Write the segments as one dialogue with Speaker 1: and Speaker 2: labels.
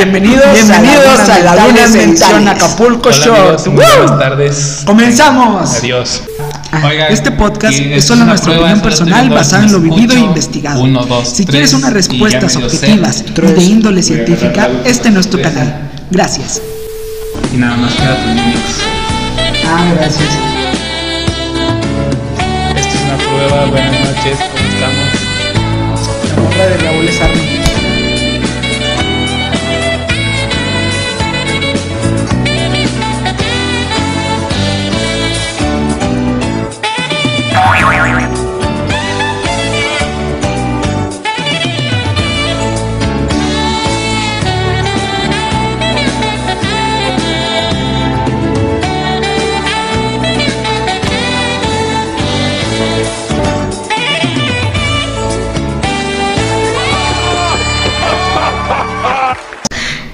Speaker 1: Bienvenidos,
Speaker 2: Bienvenidos
Speaker 1: a la Laguna Mención
Speaker 2: Mentales.
Speaker 1: Acapulco
Speaker 3: Hola
Speaker 1: Show.
Speaker 3: amigos, muy
Speaker 1: ¡Woo!
Speaker 3: buenas tardes.
Speaker 1: Comenzamos.
Speaker 3: Adiós.
Speaker 1: este podcast
Speaker 3: y
Speaker 1: es solo
Speaker 3: una
Speaker 1: nuestra opinión
Speaker 3: solo estoy
Speaker 1: personal
Speaker 3: viendo,
Speaker 1: basada en lo
Speaker 3: escucho,
Speaker 1: vivido e investigado.
Speaker 3: uno, dos,
Speaker 1: si
Speaker 3: tres, ¿eh?
Speaker 1: quieres unas
Speaker 3: y ya
Speaker 1: respuestas
Speaker 3: me lo sé.
Speaker 1: objetivas y de
Speaker 2: Tres.
Speaker 1: índole
Speaker 3: Voy a
Speaker 1: científica,
Speaker 3: agarrar la
Speaker 1: este es nuestro
Speaker 3: tres.
Speaker 1: canal. Gracias.
Speaker 3: Y nada más queda tu Linux.
Speaker 2: Ah, gracias.
Speaker 3: Esto es una prueba. Buenas noches, ¿cómo estamos?
Speaker 2: Otra de Raúl Sarri.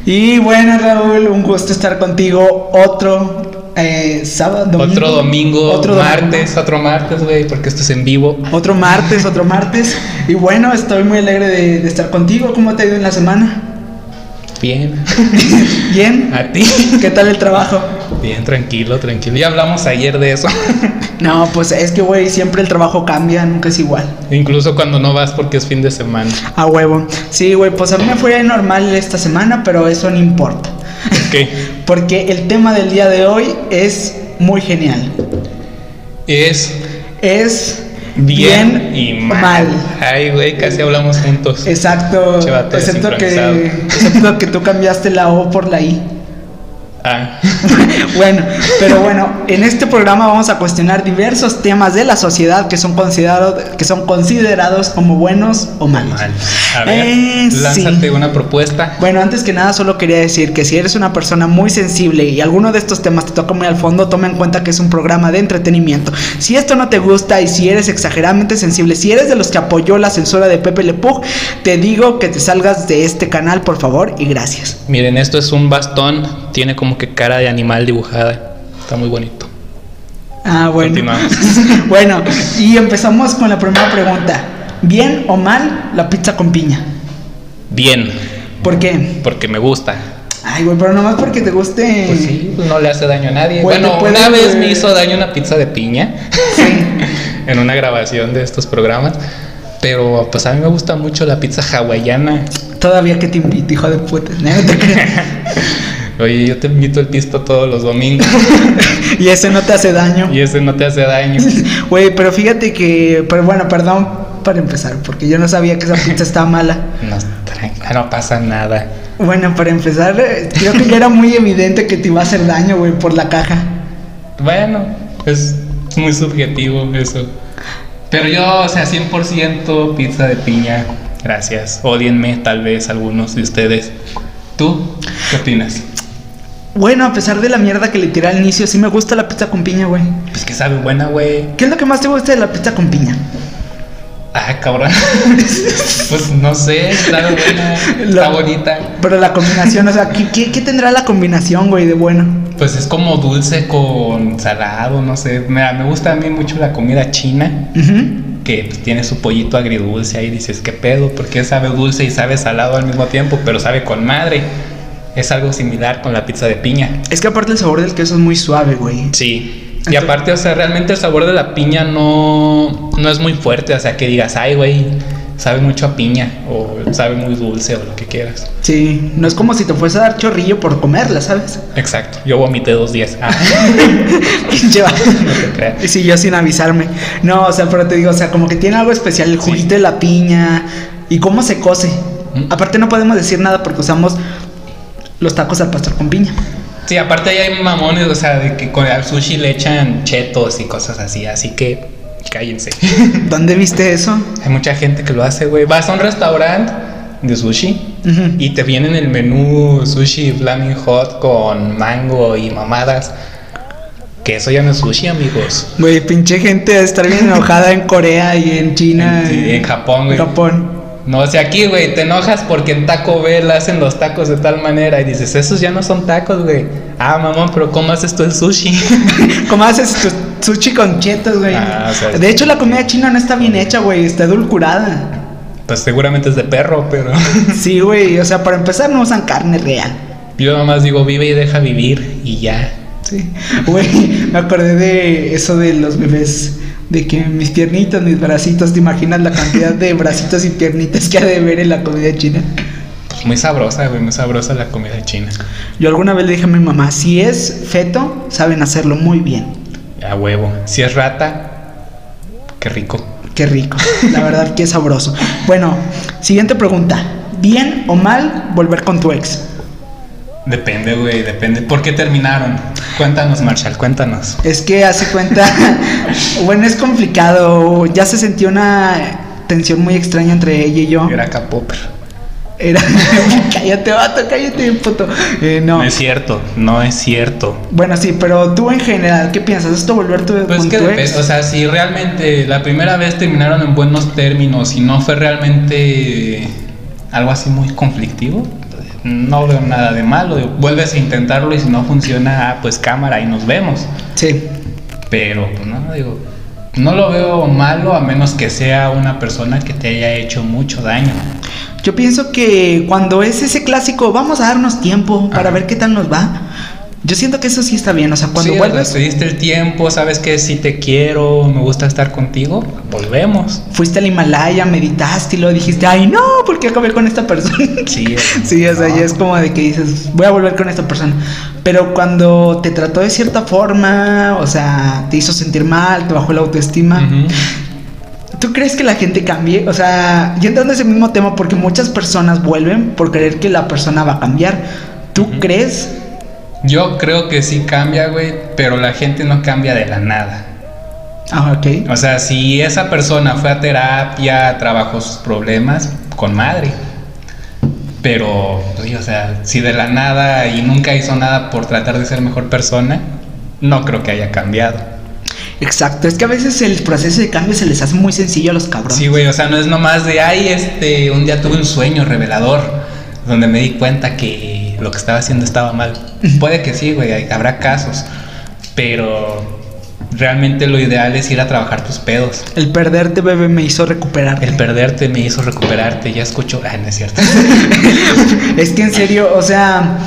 Speaker 1: Y bueno, Raúl, un gusto estar contigo otro eh, sábado, domingo.
Speaker 3: Otro domingo,
Speaker 1: Otro domingo.
Speaker 3: martes, otro martes, güey, porque esto es en vivo.
Speaker 1: Otro martes, otro martes. Y bueno, estoy muy alegre de, de estar contigo. ¿Cómo te ha ido en la semana?
Speaker 3: Bien.
Speaker 1: ¿Bien?
Speaker 3: A ti.
Speaker 1: ¿Qué tal el trabajo?
Speaker 3: Bien, tranquilo, tranquilo. Ya hablamos ayer de eso.
Speaker 1: No, pues es que, güey, siempre el trabajo cambia, nunca es igual.
Speaker 3: Incluso cuando no vas porque es fin de semana.
Speaker 1: A huevo. Sí, güey, pues a mí me fue normal esta semana, pero eso no importa.
Speaker 3: Ok.
Speaker 1: Porque el tema del día de hoy es muy genial.
Speaker 3: Es
Speaker 1: Es
Speaker 3: bien, y mal. Ay, güey, casi hablamos juntos.
Speaker 1: Exacto.
Speaker 3: Che, vato,
Speaker 1: Excepto
Speaker 3: desincronizado.
Speaker 1: que, excepto que tú cambiaste la O por la I.
Speaker 3: Ah.
Speaker 1: Bueno, pero bueno, en este programa vamos a cuestionar diversos temas de la sociedad que son considerados, que son considerados como buenos o malos.
Speaker 3: Mal. A ver,
Speaker 1: Eh, sí.
Speaker 3: lánzate una propuesta.
Speaker 1: Bueno, antes que nada solo quería decir que si eres una persona muy sensible y alguno de estos temas te toca muy al fondo, toma en cuenta que es un programa de entretenimiento. Si esto no te gusta y si eres exageradamente sensible, si eres de los que apoyó la censura de Pepe Le Pug, te digo que te salgas de este canal, por favor, y gracias.
Speaker 3: Miren, esto es un bastón, tiene como que cara de animal dibujada. Está muy bonito.
Speaker 1: Ah, bueno.
Speaker 3: Continuamos.
Speaker 1: bueno, y empezamos con la primera pregunta. ¿Bien o mal la pizza con piña?
Speaker 3: Bien,
Speaker 1: ¿Por qué?
Speaker 3: porque me gusta.
Speaker 1: Ay, güey, pero nomás porque te guste.
Speaker 3: Pues sí, no le hace daño a nadie.
Speaker 1: Bueno,
Speaker 3: Bueno,
Speaker 1: puede-
Speaker 3: una vez me hizo daño una pizza de piña
Speaker 1: Sí.
Speaker 3: en una grabación de estos programas. Pero pues a mí me gusta mucho la pizza hawaiana.
Speaker 1: Todavía que te invito, hijo de puta. No te creas.
Speaker 3: Oye, yo te invito el pisto todos los domingos
Speaker 1: Y ese no te hace daño.
Speaker 3: y ese no te hace daño.
Speaker 1: Güey, pero fíjate que. Pero bueno, perdón para empezar, porque yo no sabía que esa pizza estaba mala.
Speaker 3: No, tranquila, no pasa nada.
Speaker 1: Bueno, para empezar, eh, creo que ya era muy evidente que te iba a hacer daño, güey, por la caja.
Speaker 3: Bueno, es muy subjetivo eso. Pero yo, o sea, 100% pizza de piña. Gracias. Odienme, tal vez, algunos de ustedes. ¿Tú qué opinas?
Speaker 1: Bueno, a pesar de la mierda que le tiré al inicio, sí me gusta la pizza con piña, güey.
Speaker 3: Pues que sabe buena, güey.
Speaker 1: ¿Qué es lo que más te gusta de la pizza con piña?
Speaker 3: Ah, cabrón. pues no sé, sabe buena, está
Speaker 1: La-
Speaker 3: bonita.
Speaker 1: Pero la combinación, o sea, ¿qué, qué, qué tendrá la combinación, güey, de bueno?
Speaker 3: Pues es como dulce con salado, no sé. Mira, me gusta a mí mucho la comida china.
Speaker 1: Ujú.
Speaker 3: que pues, tiene su pollito agridulce ahí dices qué pedo porque sabe dulce y sabe salado al mismo tiempo pero sabe con madre es algo similar con la pizza de piña
Speaker 1: Es que aparte el sabor del queso es muy suave, güey.
Speaker 3: sí y aparte o sea realmente el sabor de la piña no no es muy fuerte o sea que digas ay güey sabe mucho a piña o sabe muy dulce o lo que quieras
Speaker 1: Sí, no es como si te fuese a dar chorrillo por comerla, ¿sabes?
Speaker 3: exacto yo vomité dos días Ah,
Speaker 1: Pinche vato.
Speaker 3: no te creas.
Speaker 1: Y Sí, yo sin avisarme. No, o sea, pero te digo, o sea, como que tiene algo especial el juguito de la piña y cómo se cose.
Speaker 3: Mm.
Speaker 1: Aparte no podemos decir nada porque usamos los tacos al pastor con piña.
Speaker 3: sí aparte ahí hay mamones o sea de que con el sushi le echan chetos y cosas así así que cállense
Speaker 1: ¿Dónde viste eso?
Speaker 3: Hay mucha gente que lo hace, güey. Vas a un restaurante de sushi
Speaker 1: Ujú.
Speaker 3: y te vienen el menú sushi flaming hot con mango y mamadas. Que eso ya no es sushi, amigos.
Speaker 1: Güey, pinche gente de estar bien enojada en Corea y en China.
Speaker 3: En- sí,
Speaker 1: y
Speaker 3: en Japón, güey.
Speaker 1: Japón.
Speaker 3: No, o sea, aquí, güey, te enojas porque en Taco Bell hacen los tacos de tal manera y dices, esos ya no son tacos, güey. Ah, mamón, pero ¿cómo haces tú el sushi?
Speaker 1: ¿Cómo haces tu sushi con chetos, güey?
Speaker 3: Ah, o sea,
Speaker 1: de hecho, la comida china no está bien hecha, güey, está edulcorada.
Speaker 3: Pues seguramente es de perro, pero
Speaker 1: Sí, güey, o sea, para empezar no usan carne real.
Speaker 3: yo nomás digo vive y deja vivir y ya.
Speaker 1: Sí. Güey, me acordé de eso de los bebés. De que mis piernitas, mis bracitos, ¿te imaginas la cantidad de bracitos y piernitas que ha de ver en la comida china?
Speaker 3: Pues muy sabrosa, güey, muy sabrosa la comida china.
Speaker 1: Yo alguna vez le dije a mi mamá, si es feto, saben hacerlo muy bien.
Speaker 3: A huevo. Si es rata, qué rico.
Speaker 1: Qué rico, la verdad que sabroso. Bueno, siguiente pregunta. ¿Bien o mal volver con tu ex?
Speaker 3: Depende, güey, depende. ¿Por qué terminaron? Cuéntanos, Marshall, cuéntanos.
Speaker 1: Es que hace cuenta, bueno, es complicado. Ya se sentía una tensión muy extraña entre ella y yo.
Speaker 3: Era K-Popper.
Speaker 1: Era, cállate, vato, cállate, puto. Eh, no.
Speaker 3: No es cierto, no es cierto.
Speaker 1: Bueno, sí, pero tú en general, ¿qué piensas? ¿Esto volver tu,
Speaker 3: Pues
Speaker 1: con
Speaker 3: que
Speaker 1: tu
Speaker 3: depende,
Speaker 1: ex?
Speaker 3: o sea, si realmente la primera vez terminaron en buenos términos y no fue realmente algo así muy conflictivo, no veo nada de malo. digo, Vuelves a intentarlo y si no funciona, ah, pues cámara y nos vemos.
Speaker 1: Sí.
Speaker 3: Pero, pues no, digo, no lo veo malo a menos que sea una persona que te haya hecho mucho daño.
Speaker 1: Yo pienso que cuando es ese clásico, vamos a darnos tiempo para
Speaker 3: Ajá.
Speaker 1: ver qué tal nos va. Yo siento que eso sí está bien, o sea, cuando
Speaker 3: Sí,
Speaker 1: vuelves,
Speaker 3: te diste el tiempo, sabes que si te quiero, me gusta estar contigo, volvemos.
Speaker 1: fuiste al Himalaya, meditaste y lo dijiste, ay no, ¿por qué acabé con esta persona?
Speaker 3: Sí,
Speaker 1: Sí, o sea,
Speaker 3: no.
Speaker 1: ya es como de que dices, voy a volver con esta persona. Pero cuando te trató de cierta forma, o sea, te hizo sentir mal, te bajó la autoestima,
Speaker 3: Ujú.
Speaker 1: ¿tú crees que la gente cambie? O sea, y entrando en ese mismo tema, porque muchas personas vuelven por creer que la persona va a cambiar. ¿Tú
Speaker 3: Ujú.
Speaker 1: crees?
Speaker 3: Yo creo que sí cambia, güey, pero la gente no cambia de la nada.
Speaker 1: Ah, ok.
Speaker 3: O sea, si esa persona fue a terapia, trabajó sus problemas, con madre. Pero, pues, sí, o sea, si de la nada y nunca hizo nada por tratar de ser mejor persona, no creo que haya cambiado.
Speaker 1: Exacto, es que a veces el proceso de cambio se les hace muy sencillo a los cabrones.
Speaker 3: Sí, güey, o sea, no es nomás de, ay, este, un día tuve un sueño revelador donde me di cuenta que lo que estaba haciendo estaba mal. Puede que sí, güey, hay- habrá casos, pero realmente lo ideal es ir a trabajar tus pedos.
Speaker 1: El perderte, bebé, me hizo recuperarte.
Speaker 3: El perderte me hizo recuperarte, ya escucho, ah, no es cierto.
Speaker 1: Es que en serio, o sea,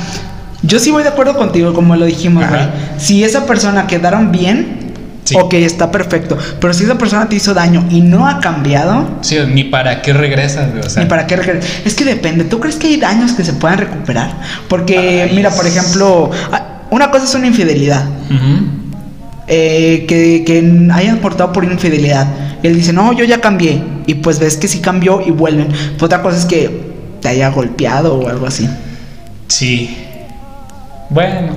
Speaker 1: yo sí voy de acuerdo contigo, como lo dijimos,
Speaker 3: Ajá.
Speaker 1: güey. Si esa persona quedaron bien,
Speaker 3: Sí.
Speaker 1: ok, está perfecto. Pero si esa persona te hizo daño y no ha cambiado,
Speaker 3: Sí, ni para qué regresas, güey, o sea.
Speaker 1: ni para qué regre- Es que depende. ¿Tú crees que hay daños que se puedan recuperar? Porque,
Speaker 3: Ay,
Speaker 1: mira, por
Speaker 3: es-
Speaker 1: ejemplo, ah, una cosa es una infidelidad.
Speaker 3: Ujú.
Speaker 1: eh, que, que hayan cortado por infidelidad. Él dice, no, yo ya cambié. Y pues ves que sí cambió y vuelven. otra cosa es que te haya golpeado o algo así.
Speaker 3: Sí. Bueno,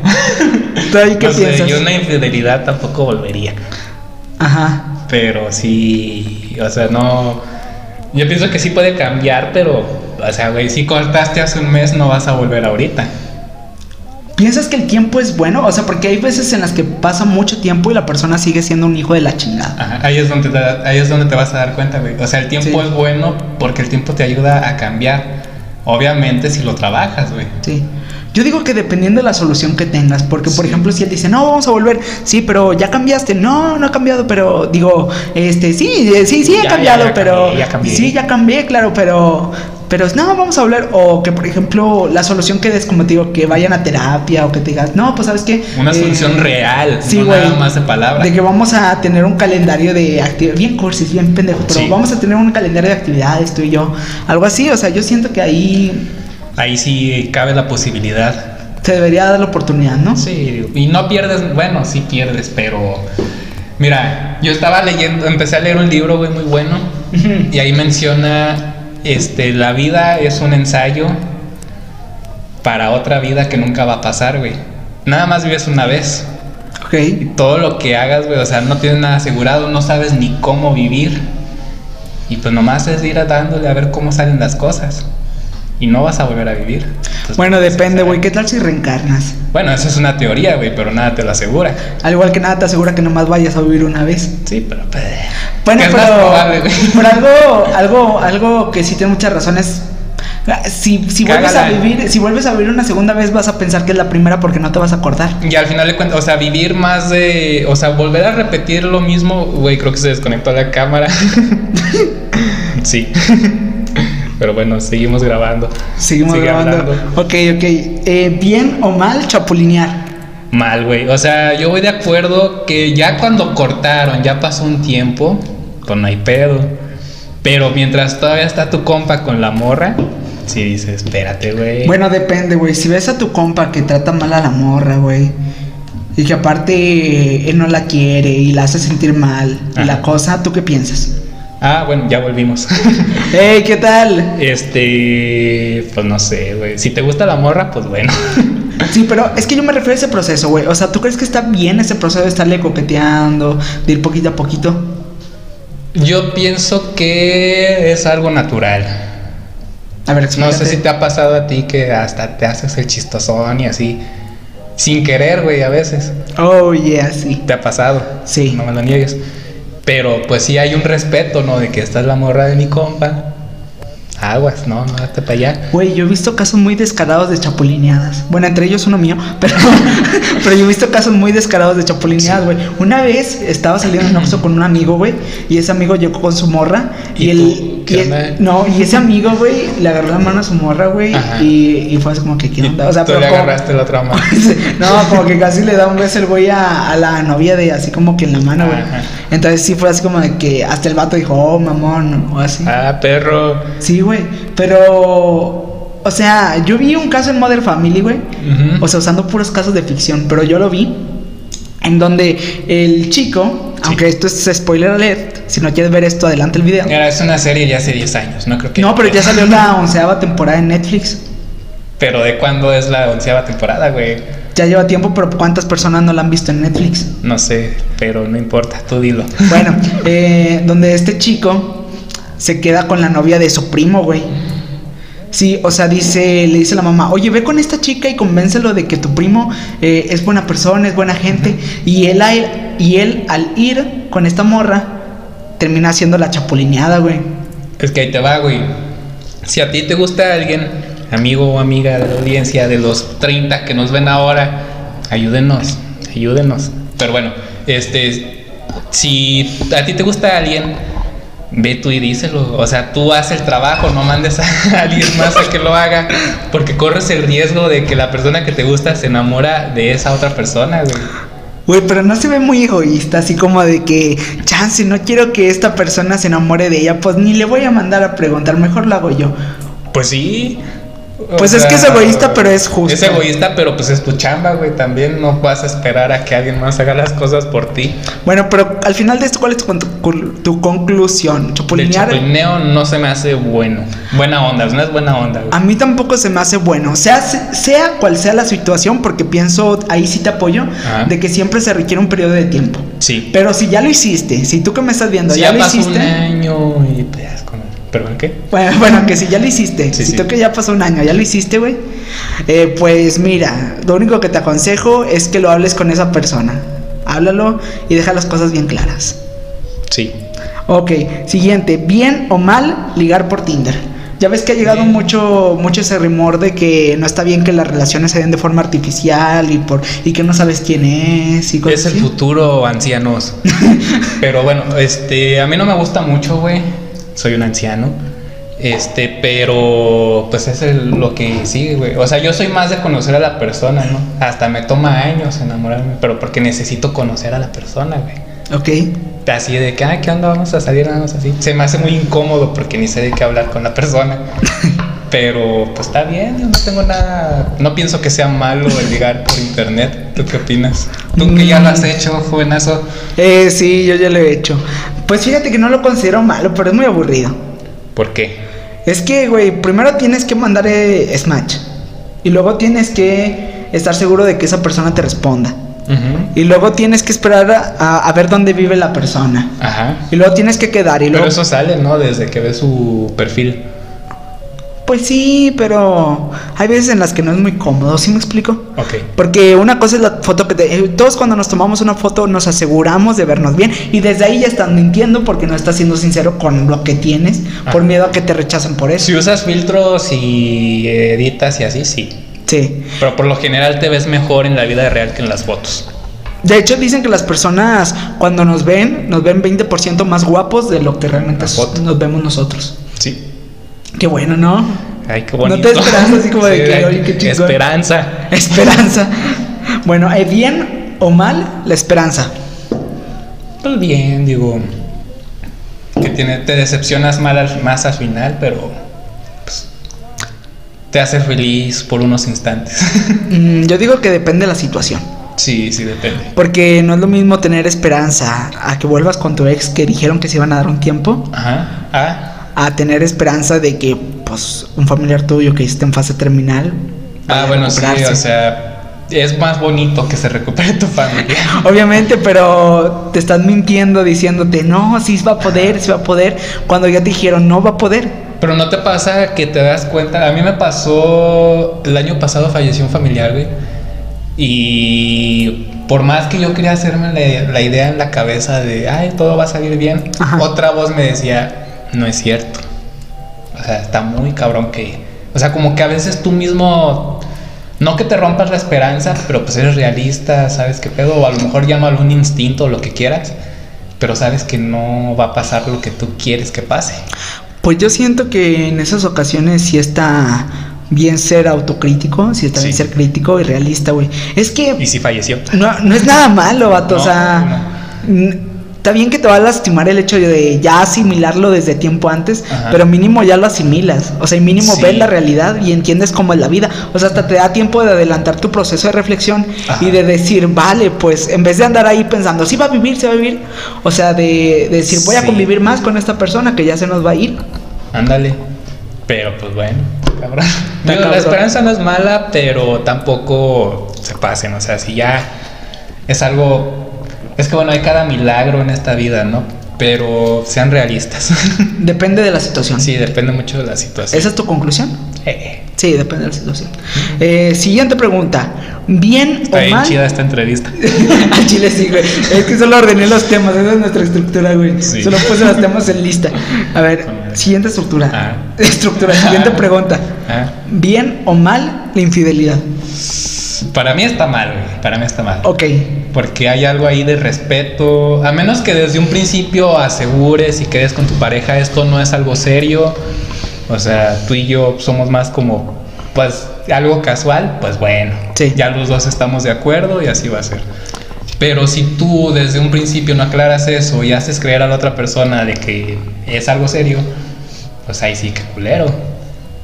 Speaker 1: ¿Tú ahí qué
Speaker 3: no sé,
Speaker 1: piensas?
Speaker 3: yo una infidelidad tampoco volvería.
Speaker 1: Ajá.
Speaker 3: Pero sí, o sea, no. Yo pienso que sí puede cambiar, pero, o sea, güey, si cortaste hace un mes, no vas a volver ahorita.
Speaker 1: ¿Piensas que el tiempo es bueno? O sea, porque hay veces en las que pasa mucho tiempo y la persona sigue siendo un hijo de la chingada.
Speaker 3: Ajá, ahí, es donde te, da- ahí es donde te vas a dar cuenta, güey. O sea, el tiempo
Speaker 1: Sí.
Speaker 3: es bueno porque el tiempo te ayuda a cambiar. Obviamente, si lo trabajas, güey.
Speaker 1: Sí. Yo digo que dependiendo de la solución que tengas, porque por
Speaker 3: Sí.
Speaker 1: ejemplo si él dice, no, vamos a volver, sí, pero ya cambiaste, no, no ha cambiado, pero digo, este, sí, eh, sí, sí,
Speaker 3: Ya,
Speaker 1: he
Speaker 3: ya,
Speaker 1: cambiado,
Speaker 3: ya
Speaker 1: pero
Speaker 3: cambié, ya cambié.
Speaker 1: sí, ya cambié, claro, pero, pero no, vamos a volver, o que por ejemplo la solución que des, como te digo, que vayan a terapia o que te digas, no, pues sabes qué,
Speaker 3: Una
Speaker 1: Eh,
Speaker 3: solución real,
Speaker 1: sí,
Speaker 3: no
Speaker 1: güey.
Speaker 3: nada más de palabra.
Speaker 1: de que vamos a tener un calendario de actividades. Bien cursis, bien pendejo, pero
Speaker 3: Sí.
Speaker 1: vamos a tener un calendario de actividades, tú y yo. Algo así, o sea, yo siento que ahí
Speaker 3: Ahí sí cabe la posibilidad.
Speaker 1: se debería dar la oportunidad, ¿no?
Speaker 3: Sí, y no pierdes, bueno, sí pierdes, pero. Mira, yo estaba leyendo, empecé a leer un libro, güey, muy bueno.
Speaker 1: Ujú.
Speaker 3: Y ahí menciona, este, la vida es un ensayo para otra vida que nunca va a pasar, güey. Nada más vives una vez.
Speaker 1: ok.
Speaker 3: Todo lo que hagas, güey, o sea, no tienes nada asegurado, no sabes ni cómo vivir. Y pues nomás es ir dándole a ver cómo salen las cosas. Y no vas a volver a vivir. Entonces,
Speaker 1: Bueno,
Speaker 3: pues,
Speaker 1: depende,
Speaker 3: o sea,
Speaker 1: güey. ¿Qué tal si reencarnas?
Speaker 3: Bueno, eso es una teoría, güey, pero nada te lo asegura.
Speaker 1: Al igual que nada te asegura que nomás vayas a vivir una vez.
Speaker 3: Sí, pero... pues,
Speaker 1: Bueno,
Speaker 3: que es
Speaker 1: pero,
Speaker 3: más probable, güey.
Speaker 1: pero algo, algo, algo que sí tiene muchas razones. Ah, Si, si vuelves a
Speaker 3: Cágala.
Speaker 1: vivir, si vuelves a vivir una segunda vez, vas a pensar que es la primera porque no te vas a acordar.
Speaker 3: Y al final de cuentas, o sea, vivir más de. O sea, volver a repetir lo mismo. Güey, creo que se desconectó la cámara. sí. Pero bueno, seguimos grabando.
Speaker 1: Seguimos
Speaker 3: Sigue
Speaker 1: grabando.
Speaker 3: hablando.
Speaker 1: Ok, ok. Eh, ¿Bien o mal chapulinear?
Speaker 3: Mal, güey. O sea, yo voy de acuerdo que ya cuando cortaron, ya pasó un tiempo, con no hay pedo. Pero mientras todavía está tu compa con la morra, sí dices, espérate, güey.
Speaker 1: Bueno, depende, güey. Si ves a tu compa que trata mal a la morra, güey. Y que aparte eh, él no la quiere y la hace sentir mal. Y la
Speaker 3: Ajá.
Speaker 1: cosa, ¿tú qué piensas?
Speaker 3: Ah, bueno, ya volvimos.
Speaker 1: ¡Ey, qué tal!
Speaker 3: este, pues no sé, güey. Si te gusta la morra, pues bueno.
Speaker 1: Sí, pero es que yo me refiero a ese proceso, güey. O sea, ¿tú crees que está bien ese proceso de estarle coqueteando, de ir poquito a poquito?
Speaker 3: Yo pienso que es algo natural.
Speaker 1: A ver,
Speaker 3: No
Speaker 1: explícate.
Speaker 3: sé si te ha pasado a ti que hasta te haces el chistosón y así. Sin querer, güey, a veces.
Speaker 1: Oh, yeah, sí.
Speaker 3: Te ha pasado.
Speaker 1: Sí.
Speaker 3: No me lo niegues. Pero pues sí hay un respeto, ¿no? De que esta es la morra de mi compa. Aguas, no, no, hasta para allá.
Speaker 1: Güey, yo he visto casos muy descarados de chapulineadas. Bueno, entre ellos uno mío, pero, pero yo he visto casos muy descarados de chapulineadas, güey. Una vez estaba saliendo en Oxxo con un amigo, güey, y ese amigo llegó con su morra. Y,
Speaker 3: ¿Y
Speaker 1: el,
Speaker 3: tú? ¿Qué
Speaker 1: y
Speaker 3: onda?
Speaker 1: el- No, y ese amigo, güey, le agarró la mano a su morra, güey,
Speaker 3: Ajá.
Speaker 1: y, y fue así como que, ¿qué onda? O sea,
Speaker 3: Tú
Speaker 1: pero
Speaker 3: le
Speaker 1: como-
Speaker 3: agarraste la otra mano.
Speaker 1: no, como que casi le da un beso el güey a, a la novia de así como que en la mano, güey.
Speaker 3: Ajá.
Speaker 1: Entonces sí fue así como de que hasta el vato dijo, oh, mamón, o así.
Speaker 3: Ah, perro.
Speaker 1: Sí, güey, pero... O sea, yo vi un caso en Mother Family, güey.
Speaker 3: Ujú.
Speaker 1: O sea, usando puros casos de ficción, pero yo lo vi en donde el chico,
Speaker 3: Sí.
Speaker 1: aunque esto es spoiler alert, si no quieres ver esto, adelante el video.
Speaker 3: Mira, es una serie de hace 10 años, no creo que.
Speaker 1: No, pero ya salió la onceava temporada en Netflix.
Speaker 3: Pero de cuándo es la onceava temporada, güey.
Speaker 1: Ya lleva tiempo, pero ¿cuántas personas no la han visto en Netflix?
Speaker 3: No sé, pero no importa, tú dilo.
Speaker 1: Bueno, eh, donde este chico se queda con la novia de su primo, güey. Sí, o sea, dice, le dice la mamá, oye, ve con esta chica y convéncelo de que tu primo eh, es buena persona, es buena gente. Y él, a él- y él al ir con esta morra, termina haciendo la chapulineada, güey.
Speaker 3: Es que ahí te va, güey. Si a ti te gusta alguien, amigo o amiga de la audiencia, de los 30 que nos ven ahora, ayúdenos, ayúdenos. Pero bueno, este, si a ti te gusta alguien, ve tú y díselo. O sea, tú haces el trabajo, no mandes a alguien más a que lo haga, porque corres el riesgo de que la persona que te gusta se enamora de esa otra persona, güey.
Speaker 1: Güey, pero no se ve muy egoísta, así como de que, chance, no quiero que esta persona se enamore de ella, pues ni le voy a mandar a preguntar, mejor lo hago yo.
Speaker 3: Pues sí. O
Speaker 1: Pues es que es egoísta, pero es justo.
Speaker 3: Es egoísta, pero pues es tu chamba, güey. También no vas a esperar a que alguien más haga las cosas por ti.
Speaker 1: Bueno, pero al final de esto, ¿cuál es tu, con- cul- tu conclusión?
Speaker 3: El
Speaker 1: Chapulinear.
Speaker 3: chapulineo no se me hace bueno. Buena onda, no es buena onda, güey.
Speaker 1: A mí tampoco se me hace bueno, sea, sea cual sea la situación, porque pienso, ahí sí te apoyo,
Speaker 3: Ajá.
Speaker 1: de que siempre se requiere un periodo de tiempo.
Speaker 3: Sí.
Speaker 1: Pero si ya lo hiciste, si tú que me estás viendo
Speaker 3: Si
Speaker 1: ya,
Speaker 3: ya
Speaker 1: lo
Speaker 3: pasó
Speaker 1: hiciste,
Speaker 3: un año y te das con ¿Perdón qué?
Speaker 1: bueno, bueno, que si ya lo hiciste,
Speaker 3: Sí,
Speaker 1: si
Speaker 3: sí.
Speaker 1: tú que ya pasó un año, ya lo hiciste, güey, eh, pues mira, lo único que te aconsejo es que lo hables con esa persona, háblalo y deja las cosas bien claras.
Speaker 3: Sí.
Speaker 1: Ok, siguiente, bien o mal ligar por Tinder. Ya ves que ha llegado
Speaker 3: Bien.
Speaker 1: mucho, mucho ese rumor de que no está bien que las relaciones se den de forma artificial y por y que no sabes quién es y cosas
Speaker 3: Es el
Speaker 1: así.
Speaker 3: futuro, ancianos. pero bueno, este, a mí no me gusta mucho, güey. Soy un anciano. Este, pero pues es el- lo que sigue, güey. O sea, yo soy más de conocer a la persona, ¿no? Hasta me toma años enamorarme, pero porque necesito conocer a la persona, güey.
Speaker 1: Ok.
Speaker 3: Así de que, ah, ¿qué onda? Vamos a salir, vamos así. Se me hace muy incómodo porque ni sé de qué hablar con la persona. Pero pues está bien, yo no tengo nada. No pienso que sea malo el ligar por internet. ¿Tú qué opinas? Tú que ya lo has hecho, jovenazo.
Speaker 1: Eh, sí, yo ya lo he hecho. Pues fíjate que no lo considero malo, pero es muy aburrido.
Speaker 3: ¿Por qué?
Speaker 1: Es que, güey, primero tienes que mandar eh, Smash. Y luego tienes que estar seguro de que esa persona te responda.
Speaker 3: Ujú.
Speaker 1: Y luego tienes que esperar a, a- a ver dónde vive la persona.
Speaker 3: Ajá.
Speaker 1: Y luego tienes que quedar. Y luego
Speaker 3: Pero eso sale, ¿no? Desde que ves su perfil.
Speaker 1: Pues sí, pero hay veces en las que no es muy cómodo, ¿sí me explico?
Speaker 3: Ok.
Speaker 1: Porque una cosa es la foto que te... eh, Todos cuando nos tomamos una foto nos aseguramos de vernos bien y desde ahí ya estás mintiendo porque no estás siendo sincero con lo que tienes por
Speaker 3: Ah.
Speaker 1: miedo a que te rechacen por eso.
Speaker 3: Si usas filtros y editas y así, sí.
Speaker 1: Sí.
Speaker 3: Pero por lo general te ves mejor en la vida real que en las fotos.
Speaker 1: De hecho dicen que las personas cuando nos ven, nos ven 20% más guapos de lo que realmente
Speaker 3: La foto.
Speaker 1: nos vemos nosotros.
Speaker 3: Sí.
Speaker 1: Qué bueno, ¿no?
Speaker 3: Ay, qué
Speaker 1: No te
Speaker 3: bonito.
Speaker 1: esperas así como de que,
Speaker 3: ay,
Speaker 1: oye, qué chingón.
Speaker 3: Esperanza.
Speaker 1: Esperanza. Bueno, eh, bien o mal, la esperanza.
Speaker 3: Pues bien, digo. Que tiene, te decepcionas mal al- más al final, pero. pues, te hace feliz por unos instantes.
Speaker 1: Mm, yo digo que depende de la situación.
Speaker 3: sí, sí, depende.
Speaker 1: Porque no es lo mismo tener esperanza a que vuelvas con tu ex que dijeron que se iban a dar un tiempo,
Speaker 3: Ajá. Ah,
Speaker 1: a tener esperanza de que pues un familiar tuyo que está en fase terminal. vaya
Speaker 3: ah
Speaker 1: a
Speaker 3: bueno, sí,
Speaker 1: recuperarse.
Speaker 3: o sea. Es más bonito que se recupere tu familia.
Speaker 1: Obviamente, pero te están mintiendo diciéndote, no, sí va a poder, sí va a poder, cuando ya te dijeron, no va a poder.
Speaker 3: Pero no te pasa que te das cuenta. A mí me pasó. El año pasado falleció un familiar, güey. Y por más que yo quería hacerme la, la idea en la cabeza de, ay, todo va a salir bien,
Speaker 1: Ajá.
Speaker 3: otra voz me decía, no es cierto. O sea, está muy cabrón que. O sea, como que a veces tú mismo. No que te rompas la esperanza, pero pues eres realista, sabes qué pedo, o a lo mejor llámalo un instinto o lo que quieras, pero sabes que no va a pasar lo que tú quieres que pase.
Speaker 1: Pues yo siento que en esas ocasiones sí está bien ser autocrítico, sí está bien
Speaker 3: Sí.
Speaker 1: ser crítico y realista, güey. Es
Speaker 3: Y
Speaker 1: que
Speaker 3: si falleció.
Speaker 1: no, no es nada malo, vato, o
Speaker 3: No,
Speaker 1: sea, n- está bien que te va a lastimar el hecho de ya asimilarlo desde tiempo antes,
Speaker 3: Ajá.
Speaker 1: pero mínimo ya lo asimilas, o sea, y mínimo
Speaker 3: Sí.
Speaker 1: ves la realidad y entiendes cómo es la vida, o sea, hasta te da tiempo de adelantar tu proceso de reflexión
Speaker 3: Ajá.
Speaker 1: y de decir, vale, pues en vez de andar ahí pensando, sí va a vivir, se va a vivir, o sea, de, de decir, voy a
Speaker 3: Sí.
Speaker 1: convivir más con esta persona que ya se nos va a ir.
Speaker 3: Ándale. Pero pues bueno, cabrón.
Speaker 1: Está
Speaker 3: Digo, la
Speaker 1: cabrón.
Speaker 3: esperanza no es mala, pero tampoco se pasen. O sea, si ya es algo. Es que bueno, hay cada milagro en esta vida, ¿no? Pero sean realistas.
Speaker 1: Depende de la situación.
Speaker 3: sí, depende mucho de la situación.
Speaker 1: ¿Esa es tu conclusión?
Speaker 3: Eh,
Speaker 1: Sí, depende de la situación. Eh, siguiente pregunta. ¿Bien
Speaker 3: está
Speaker 1: o
Speaker 3: bien
Speaker 1: mal?
Speaker 3: chida esta entrevista.
Speaker 1: Al chile sí, güey. Es que solo ordené los temas. Esa es nuestra estructura, güey.
Speaker 3: Sí.
Speaker 1: Solo puse los temas en lista. A ver, siguiente estructura.
Speaker 3: Ah.
Speaker 1: Estructura, siguiente pregunta.
Speaker 3: Ah,
Speaker 1: ¿Bien o mal la infidelidad?
Speaker 3: Para mí está mal, güey, Para mí está mal.
Speaker 1: Ok.
Speaker 3: Porque hay algo ahí de respeto. A menos que desde un principio asegures y quedes con tu pareja, esto no es algo serio. O sea, tú y yo somos más como, pues, algo casual, pues bueno.
Speaker 1: Sí.
Speaker 3: Ya los dos estamos de acuerdo y así va a ser. Pero si tú desde un principio no aclaras eso y haces creer a la otra persona de que es algo serio, pues ahí sí que culero.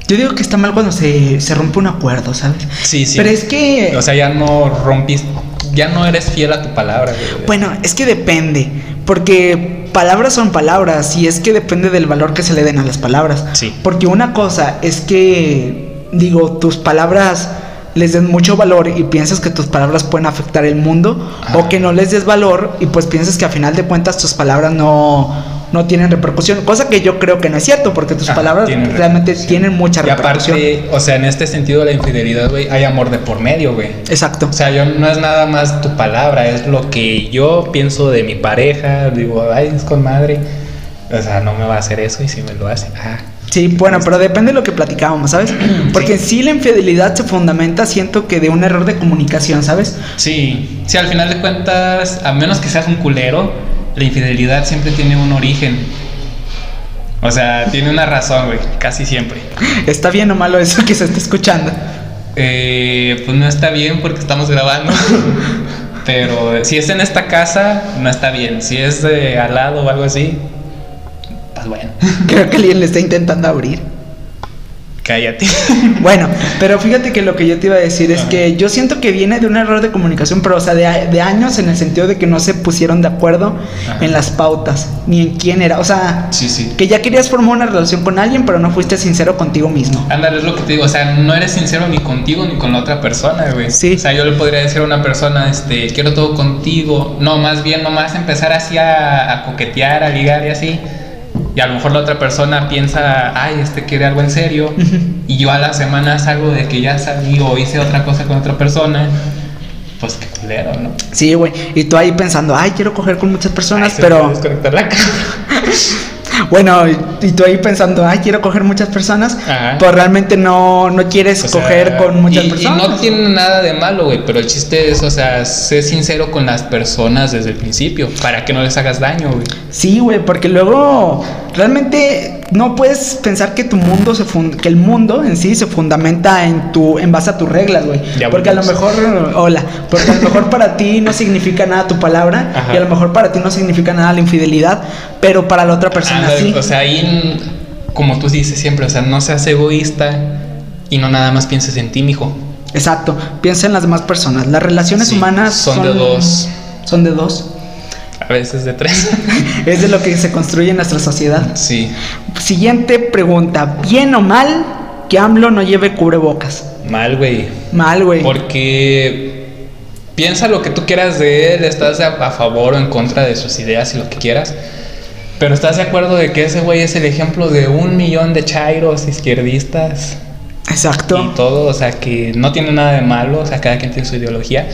Speaker 1: Yo digo que está mal cuando se, se rompe un acuerdo, ¿sabes?
Speaker 3: Sí, sí.
Speaker 1: Pero es que...
Speaker 3: O sea, ya no rompiste, ya no eres fiel a tu palabra. güey.
Speaker 1: Bueno, es que depende, porque palabras son palabras y es que depende del valor que se le den a las palabras.
Speaker 3: Sí.
Speaker 1: Porque una cosa es que, digo, tus palabras les den mucho valor y piensas que tus palabras pueden afectar el mundo
Speaker 3: Ajá.
Speaker 1: o que no les des valor y pues piensas que a final de cuentas tus palabras no no tienen repercusión, cosa que yo creo que no es cierto porque tus
Speaker 3: Ajá,
Speaker 1: palabras
Speaker 3: tienen
Speaker 1: realmente
Speaker 3: repercusión.
Speaker 1: tienen mucha
Speaker 3: Y
Speaker 1: repercusión.
Speaker 3: aparte, o sea, en este sentido de la infidelidad, güey, hay amor de por medio, güey.
Speaker 1: Exacto.
Speaker 3: O sea, yo no es nada más tu palabra, es lo que yo pienso de mi pareja, digo, ay, es con madre. O sea, no me va a hacer eso y si me lo hace, ah.
Speaker 1: Sí, bueno, pero depende de lo que platicábamos, ¿sabes? Porque en sí la infidelidad se fundamenta, siento que de un error de comunicación, ¿sabes?
Speaker 3: Sí, sí, al final de cuentas, a menos que seas un culero, la infidelidad siempre tiene un origen. O sea, tiene una razón, güey, casi siempre.
Speaker 1: Está bien o malo eso que se está escuchando.
Speaker 3: Eh, pues no está bien porque estamos grabando. Pero si es en esta casa, no está bien. Si es de al lado o algo así, pues bueno,
Speaker 1: Creo que alguien le está intentando abrir.
Speaker 3: cállate.
Speaker 1: Bueno, pero fíjate que lo que yo te iba a decir es
Speaker 3: Ajá.
Speaker 1: que yo siento que viene de un error de comunicación, pero o sea, de, a- de años en el sentido de que no se pusieron de acuerdo
Speaker 3: Ajá.
Speaker 1: en las pautas, ni en quién era. O sea,
Speaker 3: Sí, sí.
Speaker 1: que ya querías formar una relación con alguien, pero no fuiste sincero contigo mismo.
Speaker 3: Ándale, es lo que te digo. O sea, no eres sincero ni contigo ni con la otra persona, güey.
Speaker 1: Sí.
Speaker 3: O sea, yo le podría decir a una persona, este, quiero todo contigo. No, más bien, nomás empezar así a, a coquetear, a ligar y así. Y a lo mejor la otra persona piensa, ay, este quiere algo en serio.
Speaker 1: Ujú.
Speaker 3: Y yo a la semana salgo de que ya salí o hice otra cosa con otra persona. Pues qué culero, ¿no?
Speaker 1: Sí, güey. Y tú ahí pensando, ay, quiero coger con muchas personas,
Speaker 3: Ay, se me
Speaker 1: pero...
Speaker 3: fue a desconectar la cámara.
Speaker 1: Bueno, y tú ahí pensando, ay, quiero coger muchas personas,
Speaker 3: Ajá.
Speaker 1: pero realmente no, no quieres
Speaker 3: O sea,
Speaker 1: coger con muchas
Speaker 3: y-
Speaker 1: personas.
Speaker 3: Y no tiene nada de malo, güey, pero el chiste es, o sea, sé sincero con las personas desde el principio, para que no les hagas daño, güey.
Speaker 1: Sí, güey, porque luego realmente no puedes pensar que tu mundo se fund- que el mundo en sí se fundamenta en tu en base a tus reglas, güey.
Speaker 3: Ya
Speaker 1: Porque a lo mejor
Speaker 3: volvimos.
Speaker 1: hola, porque a lo mejor para ti no significa nada tu palabra
Speaker 3: Ajá.
Speaker 1: y a lo mejor para ti no significa nada la infidelidad, pero para la otra persona
Speaker 3: Ándale,
Speaker 1: sí.
Speaker 3: O sea, ahí, en- como tú dices siempre, o sea, no seas egoísta y no nada más pienses en ti, mijo.
Speaker 1: Exacto. Piensa en las demás personas. Las relaciones
Speaker 3: Sí,
Speaker 1: humanas
Speaker 3: son de dos.
Speaker 1: Son de dos.
Speaker 3: A veces de tres.
Speaker 1: Es de lo que se construye nuestra sociedad.
Speaker 3: sí.
Speaker 1: Siguiente pregunta. ¿Bien o mal que AMLO no lleve cubrebocas?
Speaker 3: Mal, güey.
Speaker 1: Mal, güey.
Speaker 3: Porque piensa lo que tú quieras de él, estás a, a favor o en contra de sus ideas y lo que quieras. Pero estás de acuerdo de que ese güey es el ejemplo de un millón de chairos izquierdistas y
Speaker 1: Exacto.
Speaker 3: todo, o sea, que no tiene nada de malo, o sea, cada quien tiene su ideología.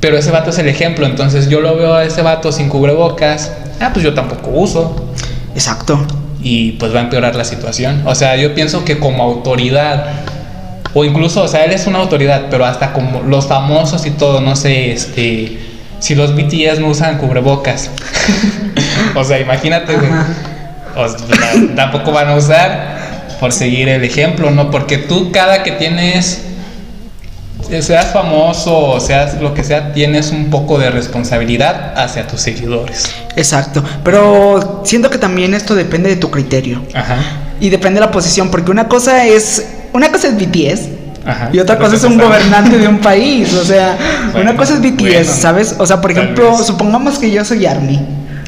Speaker 3: Pero ese vato es el ejemplo, entonces yo lo veo a ese vato sin cubrebocas. Ah, pues yo tampoco uso
Speaker 1: Exacto.
Speaker 3: y pues va a empeorar la situación. O sea, yo pienso que como autoridad, o incluso, o sea, él es una autoridad, pero hasta como los famosos y todo, no sé, este, si los BTS no usan cubrebocas. o sea, imagínate, güey.
Speaker 1: Ajá.
Speaker 3: O sea, tampoco van a usar por seguir el ejemplo, ¿no? Porque tú cada que tienes... Seas famoso o seas lo que sea, tienes un poco de responsabilidad hacia tus seguidores.
Speaker 1: Exacto. Pero siento que también esto depende de tu criterio.
Speaker 3: Ajá.
Speaker 1: Y depende de la posición. Porque una cosa es. Una cosa es BTS.
Speaker 3: Ajá.
Speaker 1: Y otra cosa es un
Speaker 3: Entonces,
Speaker 1: gobernante de un país. O sea,
Speaker 3: Bueno,
Speaker 1: una cosa es BTS,
Speaker 3: bueno,
Speaker 1: ¿sabes? O sea, por
Speaker 3: tal
Speaker 1: ejemplo,
Speaker 3: vez.
Speaker 1: supongamos que yo soy Army.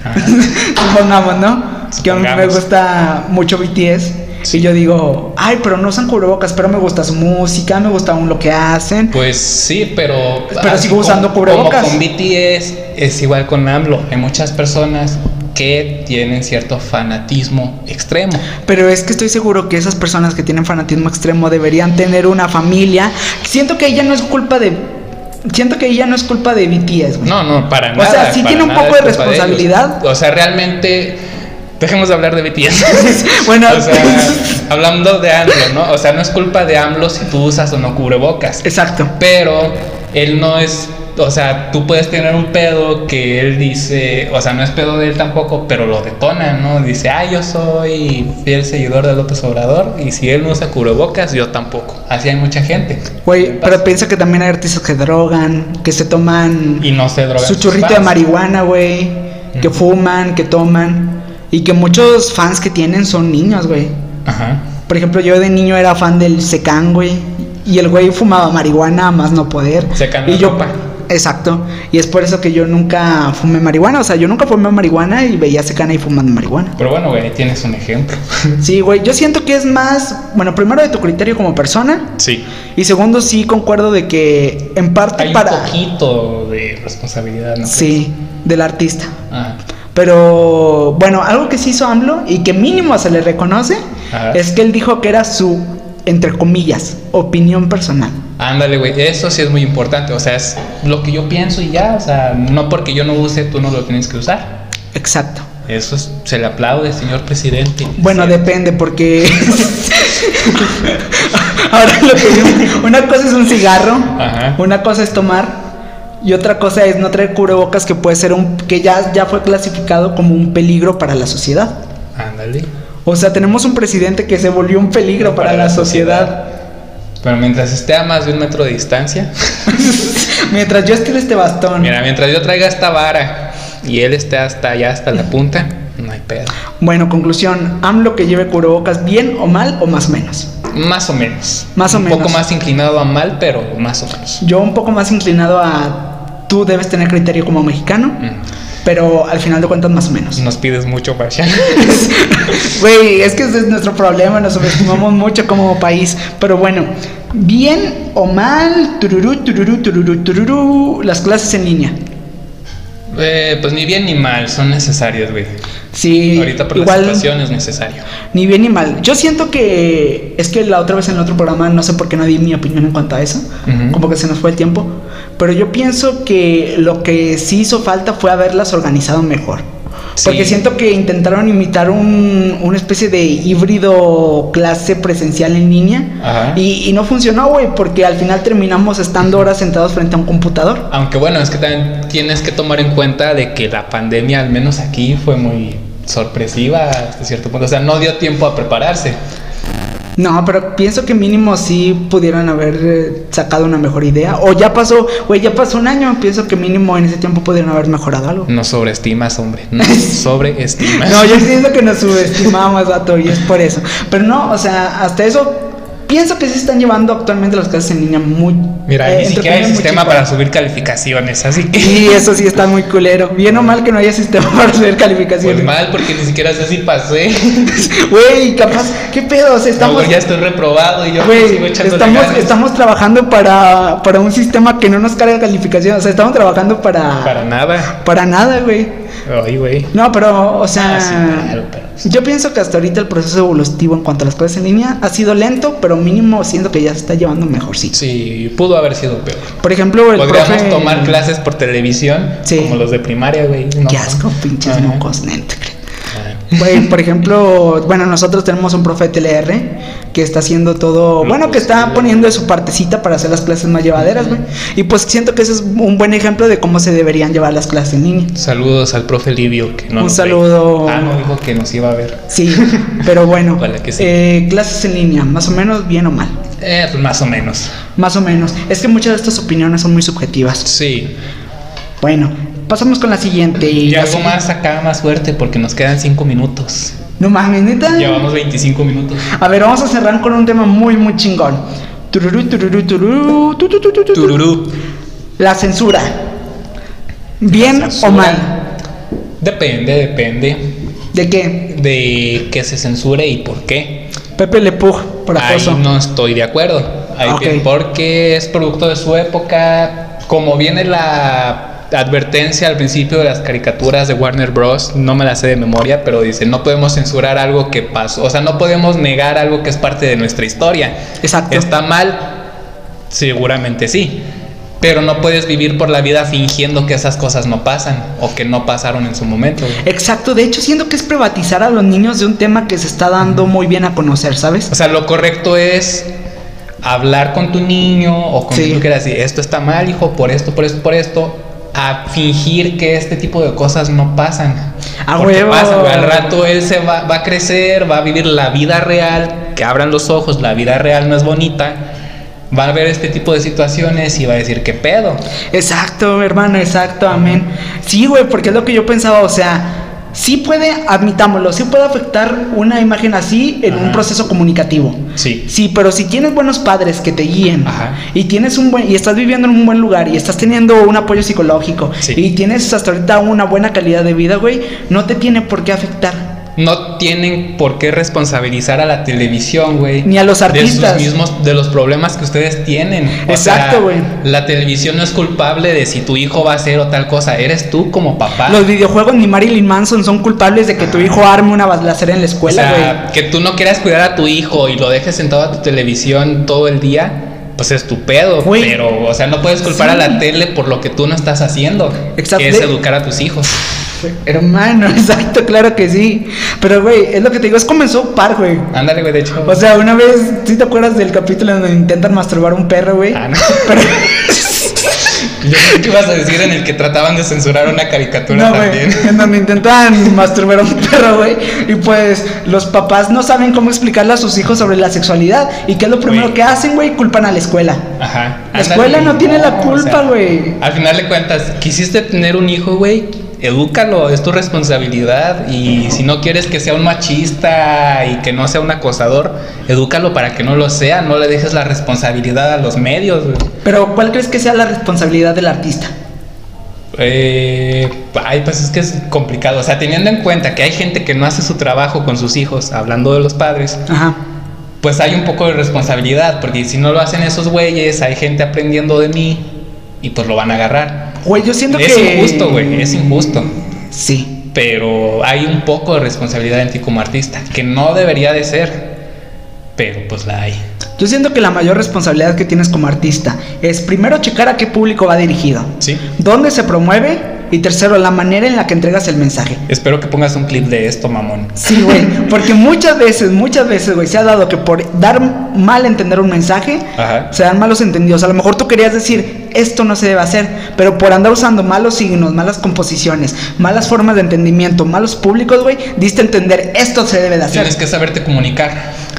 Speaker 3: Ajá.
Speaker 1: supongamos, ¿no? Que a mí me
Speaker 3: Supongamos.
Speaker 1: gusta mucho BTS.
Speaker 3: Sí.
Speaker 1: Y yo digo, ay, pero no usan cubrebocas, pero me gusta su música, me gusta aún lo que hacen.
Speaker 3: Pues sí, pero.
Speaker 1: Pero
Speaker 3: así
Speaker 1: sigo usando
Speaker 3: como-
Speaker 1: cubrebocas.
Speaker 3: Como con BTS es igual con AMLO. Hay muchas personas que tienen cierto fanatismo extremo.
Speaker 1: Pero es que estoy seguro que esas personas que tienen fanatismo extremo deberían tener una familia. Siento que ella no es culpa de. Siento que ella no es culpa de BTS, güey.
Speaker 3: No, no, para
Speaker 1: O
Speaker 3: nada.
Speaker 1: sea, sí
Speaker 3: para
Speaker 1: tiene un
Speaker 3: nada
Speaker 1: poco de
Speaker 3: es culpa ellos.
Speaker 1: responsabilidad.
Speaker 3: o sea, realmente. Dejemos de hablar de BTS.
Speaker 1: Bueno,
Speaker 3: o sea, hablando de AMLO, ¿no? O sea, no es culpa de AMLO si tú usas o no cubrebocas.
Speaker 1: exacto.
Speaker 3: Pero él no es, o sea, tú puedes tener un pedo que él dice, o sea, no es pedo de él tampoco, pero lo detona, ¿no? Dice, ah, yo soy fiel seguidor de López Obrador y si él no usa cubrebocas, yo tampoco. Así hay mucha gente.
Speaker 1: Güey, pero piensa que también hay artistas que drogan, que se toman
Speaker 3: Y no se droga.
Speaker 1: su churrito de marihuana, güey, que
Speaker 3: Ujú.
Speaker 1: fuman, que toman, y que muchos fans que tienen son niños, güey.
Speaker 3: Ajá.
Speaker 1: Por ejemplo, yo de niño era fan del Secán, güey, y el güey fumaba marihuana a más no poder.
Speaker 3: Secán
Speaker 1: y
Speaker 3: la
Speaker 1: yo,
Speaker 3: copa.
Speaker 1: Exacto, y es por eso que yo nunca fumé marihuana, o sea, yo nunca fumé marihuana y veía a Secán ahí fumando marihuana.
Speaker 3: Pero bueno, güey, ahí tienes un ejemplo.
Speaker 1: Sí, güey, yo siento que es más, bueno, primero de tu criterio como persona,
Speaker 3: Sí.
Speaker 1: y segundo sí concuerdo de que en parte
Speaker 3: Hay
Speaker 1: para...
Speaker 3: un poquito de responsabilidad, ¿no?
Speaker 1: Sí, del artista.
Speaker 3: Ajá.
Speaker 1: Pero bueno, algo que sí hizo AMLO y que mínimo se le reconoce
Speaker 3: Ajá.
Speaker 1: es que él dijo que era su, entre comillas, opinión personal.
Speaker 3: Ándale, güey, eso sí es muy importante, o sea, es lo que yo pienso y ya, o sea, no porque yo no use, tú no lo tienes que usar.
Speaker 1: Exacto.
Speaker 3: Eso es- se le aplaude, señor presidente.
Speaker 1: Bueno,
Speaker 3: Sí.
Speaker 1: depende porque... Ahora lo que yo- Una cosa es un cigarro,
Speaker 3: Ajá.
Speaker 1: una cosa es tomar y otra cosa es no traer cubrebocas que puede ser un... que ya, ya fue clasificado como un peligro para la sociedad.
Speaker 3: Ándale.
Speaker 1: O sea, tenemos un presidente que se volvió un peligro para, la sociedad.
Speaker 3: Pero mientras esté a más de un metro de distancia,
Speaker 1: Mientras yo estire este bastón.
Speaker 3: mira, mientras yo traiga esta vara y él esté hasta allá, hasta la punta, no hay pedo.
Speaker 1: Bueno, conclusión, AMLO que lleve cubrebocas bien o mal o más menos.
Speaker 3: Más o menos.
Speaker 1: Más o
Speaker 3: Un
Speaker 1: menos.
Speaker 3: poco más inclinado a mal, pero más o menos.
Speaker 1: Yo un poco más inclinado a tú debes tener criterio como mexicano,
Speaker 3: Mm.
Speaker 1: pero al final de cuentas más o menos.
Speaker 3: Nos pides mucho, Marshall.
Speaker 1: Güey, es que ese es nuestro problema, nos subestimamos mucho como país, pero bueno, bien o mal, tururú, tururú, tururú, tururú, las clases en línea.
Speaker 3: Eh, pues ni bien ni mal, son necesarias, güey.
Speaker 1: Sí,
Speaker 3: Ahorita por
Speaker 1: igual
Speaker 3: la situación es necesario.
Speaker 1: ni bien ni mal. Yo siento que es que la otra vez en el otro programa no sé por qué no di mi opinión en cuanto a eso.
Speaker 3: Ujú.
Speaker 1: como que se nos fue el tiempo. Pero yo pienso que lo que sí hizo falta fue haberlas organizado mejor.
Speaker 3: Sí.
Speaker 1: Porque siento que intentaron imitar un, una especie de híbrido clase presencial en línea.
Speaker 3: Ajá.
Speaker 1: Y, y no funcionó, güey, porque al final terminamos estando horas sentados frente a un computador.
Speaker 3: Aunque bueno, es que también tienes que tomar en cuenta de que la pandemia, al menos aquí, fue muy sorpresiva hasta cierto punto. O sea, no dio tiempo a prepararse.
Speaker 1: No, pero pienso que mínimo sí pudieran haber eh, sacado una mejor idea. O ya pasó, güey, ya pasó un año. Pienso que mínimo en ese tiempo pudieron haber mejorado algo.
Speaker 3: No sobreestimas, hombre. No sobreestimas.
Speaker 1: No, yo siento que nos subestimamos, vato, y es por eso. Pero no, o sea, hasta eso pienso que sí están llevando actualmente las clases en línea muy.
Speaker 3: Mira,
Speaker 1: eh,
Speaker 3: ni siquiera hay
Speaker 1: entretenida, muy
Speaker 3: sistema para
Speaker 1: chingona.
Speaker 3: subir calificaciones, así que.
Speaker 1: Sí, eso sí está muy culero. Bien o mal que no haya sistema para hacer
Speaker 3: Pues
Speaker 1: calificaciones.
Speaker 3: mal, porque ni siquiera sé si pasé.
Speaker 1: Güey, capaz, ¿qué pedo? O sea, estamos.
Speaker 3: Luego ya estoy reprobado y yo
Speaker 1: Güey,
Speaker 3: sigo echando
Speaker 1: estamos, estamos trabajando para, para un sistema que no nos carga calificación. O sea, estamos trabajando para.
Speaker 3: Para nada.
Speaker 1: para nada, güey.
Speaker 3: Ay, güey.
Speaker 1: No, pero, o sea.
Speaker 3: Ah, sí, claro, pero-
Speaker 1: Yo pienso que hasta ahorita el proceso evolutivo en cuanto a las cosas en línea ha sido lento, pero mínimo siento que ya se está llevando mejorcito.
Speaker 3: Sí, pudo haber sido peor.
Speaker 1: Por ejemplo, el
Speaker 3: Podríamos
Speaker 1: profe-
Speaker 3: tomar clases por televisión,
Speaker 1: Sí.
Speaker 3: como los de primaria, güey. No.
Speaker 1: Qué asco, pinches
Speaker 3: Ajá.
Speaker 1: mocos, neta, creo.
Speaker 3: Ah.
Speaker 1: Güey, Pues, por ejemplo, bueno, nosotros tenemos un profe de TLR que está haciendo todo,
Speaker 3: Lo
Speaker 1: bueno, que está
Speaker 3: posible.
Speaker 1: poniendo de su partecita para hacer las clases más llevaderas, güey. Y pues siento que ese es un buen ejemplo de cómo se deberían llevar las clases en línea.
Speaker 3: Saludos al profe Livio, que no
Speaker 1: Un
Speaker 3: nos ve.
Speaker 1: saludo.
Speaker 3: Ah, no, dijo que nos iba a ver.
Speaker 1: Sí, pero bueno,
Speaker 3: Ojalá que sí.
Speaker 1: eh, clases en línea, más o menos, bien o mal.
Speaker 3: Eh, pues más o menos.
Speaker 1: Más o menos. Es que muchas de estas opiniones son muy subjetivas.
Speaker 3: Sí.
Speaker 1: Bueno, pasamos con la siguiente.
Speaker 3: Y
Speaker 1: la
Speaker 3: algo
Speaker 1: si-
Speaker 3: más acá, más fuerte, porque nos quedan 5 minutos.
Speaker 1: No mames, neta.
Speaker 3: Llevamos 25 minutos.
Speaker 1: A ver, vamos a cerrar con un tema muy, muy chingón. Tururú, tururú, tururú, tu, tu, tu, tu, tu, tu.
Speaker 3: Tururú.
Speaker 1: La censura. ¿Bien
Speaker 3: Censura.
Speaker 1: o mal?
Speaker 3: Depende, depende
Speaker 1: ¿De qué?
Speaker 3: de qué se censure y por qué.
Speaker 1: Pepe Le Pug, por
Speaker 3: Ahí
Speaker 1: acoso.
Speaker 3: no estoy de acuerdo. Ahí
Speaker 1: Ah, Ok.
Speaker 3: que- Porque es producto de su época. Como viene la advertencia al principio de las caricaturas de Warner Bros. No me la sé de memoria, pero dice, no podemos censurar algo que pasó. O sea, no podemos negar algo que es parte de nuestra historia.
Speaker 1: Exacto.
Speaker 3: ¿Está mal? Seguramente sí. Pero no puedes vivir por la vida fingiendo que esas cosas no pasan o que no pasaron en su momento. güey.
Speaker 1: Exacto, de hecho siento que es privatizar a los niños de un tema que se está dando muy bien a conocer, ¿sabes?
Speaker 3: O sea, lo correcto es hablar con tu niño o con
Speaker 1: Sí.
Speaker 3: tu que así, esto está mal, hijo, por esto, por esto, por esto, a fingir que este tipo de cosas no pasan.
Speaker 1: A
Speaker 3: Porque
Speaker 1: huevo.
Speaker 3: pasa, güey, al rato él se va, va a crecer, va a vivir la vida real, que abran los ojos, la vida real no es bonita. Va a ver este tipo de situaciones y va a decir, ¿qué pedo?
Speaker 1: Exacto, hermano, exacto, amén. Sí, güey, porque es lo que yo pensaba, o sea, sí puede, admitámoslo, sí puede afectar una imagen así en un
Speaker 3: Ajá.
Speaker 1: proceso comunicativo.
Speaker 3: Sí.
Speaker 1: Sí, pero si tienes buenos padres que te guíen
Speaker 3: Ajá.
Speaker 1: y tienes un buen y estás viviendo en un buen lugar y estás teniendo un apoyo psicológico
Speaker 3: Sí.
Speaker 1: y tienes hasta ahorita una buena calidad de vida, güey, no te tiene por qué afectar.
Speaker 3: no tienen por qué responsabilizar a la televisión, güey.
Speaker 1: Ni a los artistas.
Speaker 3: De, sus mismos, de los problemas que ustedes tienen.
Speaker 1: Exacto, güey.
Speaker 3: La televisión no es culpable de si tu hijo va a hacer o tal cosa. Eres tú como papá.
Speaker 1: Los videojuegos ni Marilyn Manson son culpables de que tu hijo arme una balacera en la
Speaker 3: Ah. o
Speaker 1: escuela, güey.
Speaker 3: sea, que tú no quieras cuidar a tu hijo y lo dejes sentado a tu televisión todo el día, pues es tu pedo.
Speaker 1: Güey.
Speaker 3: Pero, o sea, no puedes culpar a
Speaker 1: Sí.
Speaker 3: la tele por lo que tú no estás haciendo.
Speaker 1: Exacto.
Speaker 3: Que es educar a tus hijos.
Speaker 1: Hermano, exacto, claro que sí. Pero, güey, es lo que te digo, es comenzó par, güey.
Speaker 3: Ándale, güey, de hecho.
Speaker 1: O sea, una vez, ¿sí te acuerdas del capítulo donde intentan masturbar a un perro, güey?
Speaker 3: Ah, no.
Speaker 1: Pero-
Speaker 3: Yo creo que ibas a decir en el que trataban de censurar una caricatura
Speaker 1: No, güey,
Speaker 3: también.
Speaker 1: en donde intentan masturbar a un perro, güey. Y pues los papás no saben cómo explicarle a sus hijos sobre la sexualidad. ¿Y qué es lo primero
Speaker 3: Güey.
Speaker 1: que hacen, güey? Culpan a la escuela.
Speaker 3: Ajá.
Speaker 1: La escuela no tiene la culpa, güey.
Speaker 3: al final de cuentas, quisiste tener un hijo, güey. Edúcalo, es tu responsabilidad. Y si no quieres que sea un machista y que no sea un acosador, edúcalo para que no lo sea. No le dejes la responsabilidad a los medios, güey.
Speaker 1: Pero, ¿cuál crees que sea la responsabilidad del artista?
Speaker 3: Eh, ay, pues es que es complicado. O sea, teniendo en cuenta que hay gente que no hace su trabajo con sus hijos, hablando de los padres,
Speaker 1: Ajá.
Speaker 3: pues hay un poco de responsabilidad. Porque si no lo hacen esos güeyes, hay gente aprendiendo de mí y pues lo van a agarrar.
Speaker 1: Güey, yo siento
Speaker 3: es
Speaker 1: que.
Speaker 3: injusto, güey, es injusto.
Speaker 1: Sí.
Speaker 3: Pero hay un poco de responsabilidad en ti como artista, que no debería de ser, pero pues la hay.
Speaker 1: Yo siento que la mayor responsabilidad que tienes como artista es primero checar a qué público va dirigido.
Speaker 3: Sí.
Speaker 1: ¿Dónde se promueve? Y tercero, la manera en la que entregas el mensaje.
Speaker 3: Espero que pongas un clip de esto, mamón.
Speaker 1: Sí, güey, porque muchas veces, muchas veces, güey, se ha dado que por dar mal a entender un mensaje,
Speaker 3: Ajá.
Speaker 1: se dan malos entendidos. A lo mejor tú querías decir, esto no se debe hacer, pero por andar usando malos signos, malas composiciones, malas formas de entendimiento, malos públicos, güey, diste a entender, esto se debe de hacer.
Speaker 3: Tienes que saberte comunicar.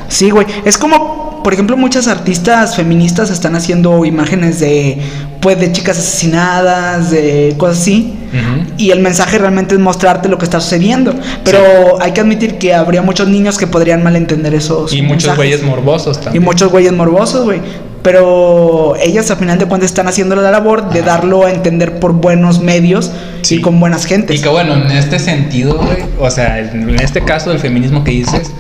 Speaker 1: Sí, güey, es como, por ejemplo, muchas artistas feministas están haciendo imágenes de, pues, de chicas asesinadas, de cosas así.
Speaker 3: Ujú.
Speaker 1: Y el mensaje realmente es mostrarte lo que está sucediendo. Pero hay que admitir que habría muchos niños que podrían malentender esos.
Speaker 3: Y muchos
Speaker 1: mensajes.
Speaker 3: güeyes morbosos
Speaker 1: Y
Speaker 3: también.
Speaker 1: muchos güeyes morbosos, güey. Pero ellas, al final de cuentas, están haciendo la labor de
Speaker 3: Ajá.
Speaker 1: darlo a entender por buenos medios y
Speaker 3: Sí.
Speaker 1: con buenas
Speaker 3: Y
Speaker 1: gentes.
Speaker 3: que bueno, en este sentido, güey, o sea, en en este caso del feminismo que dices,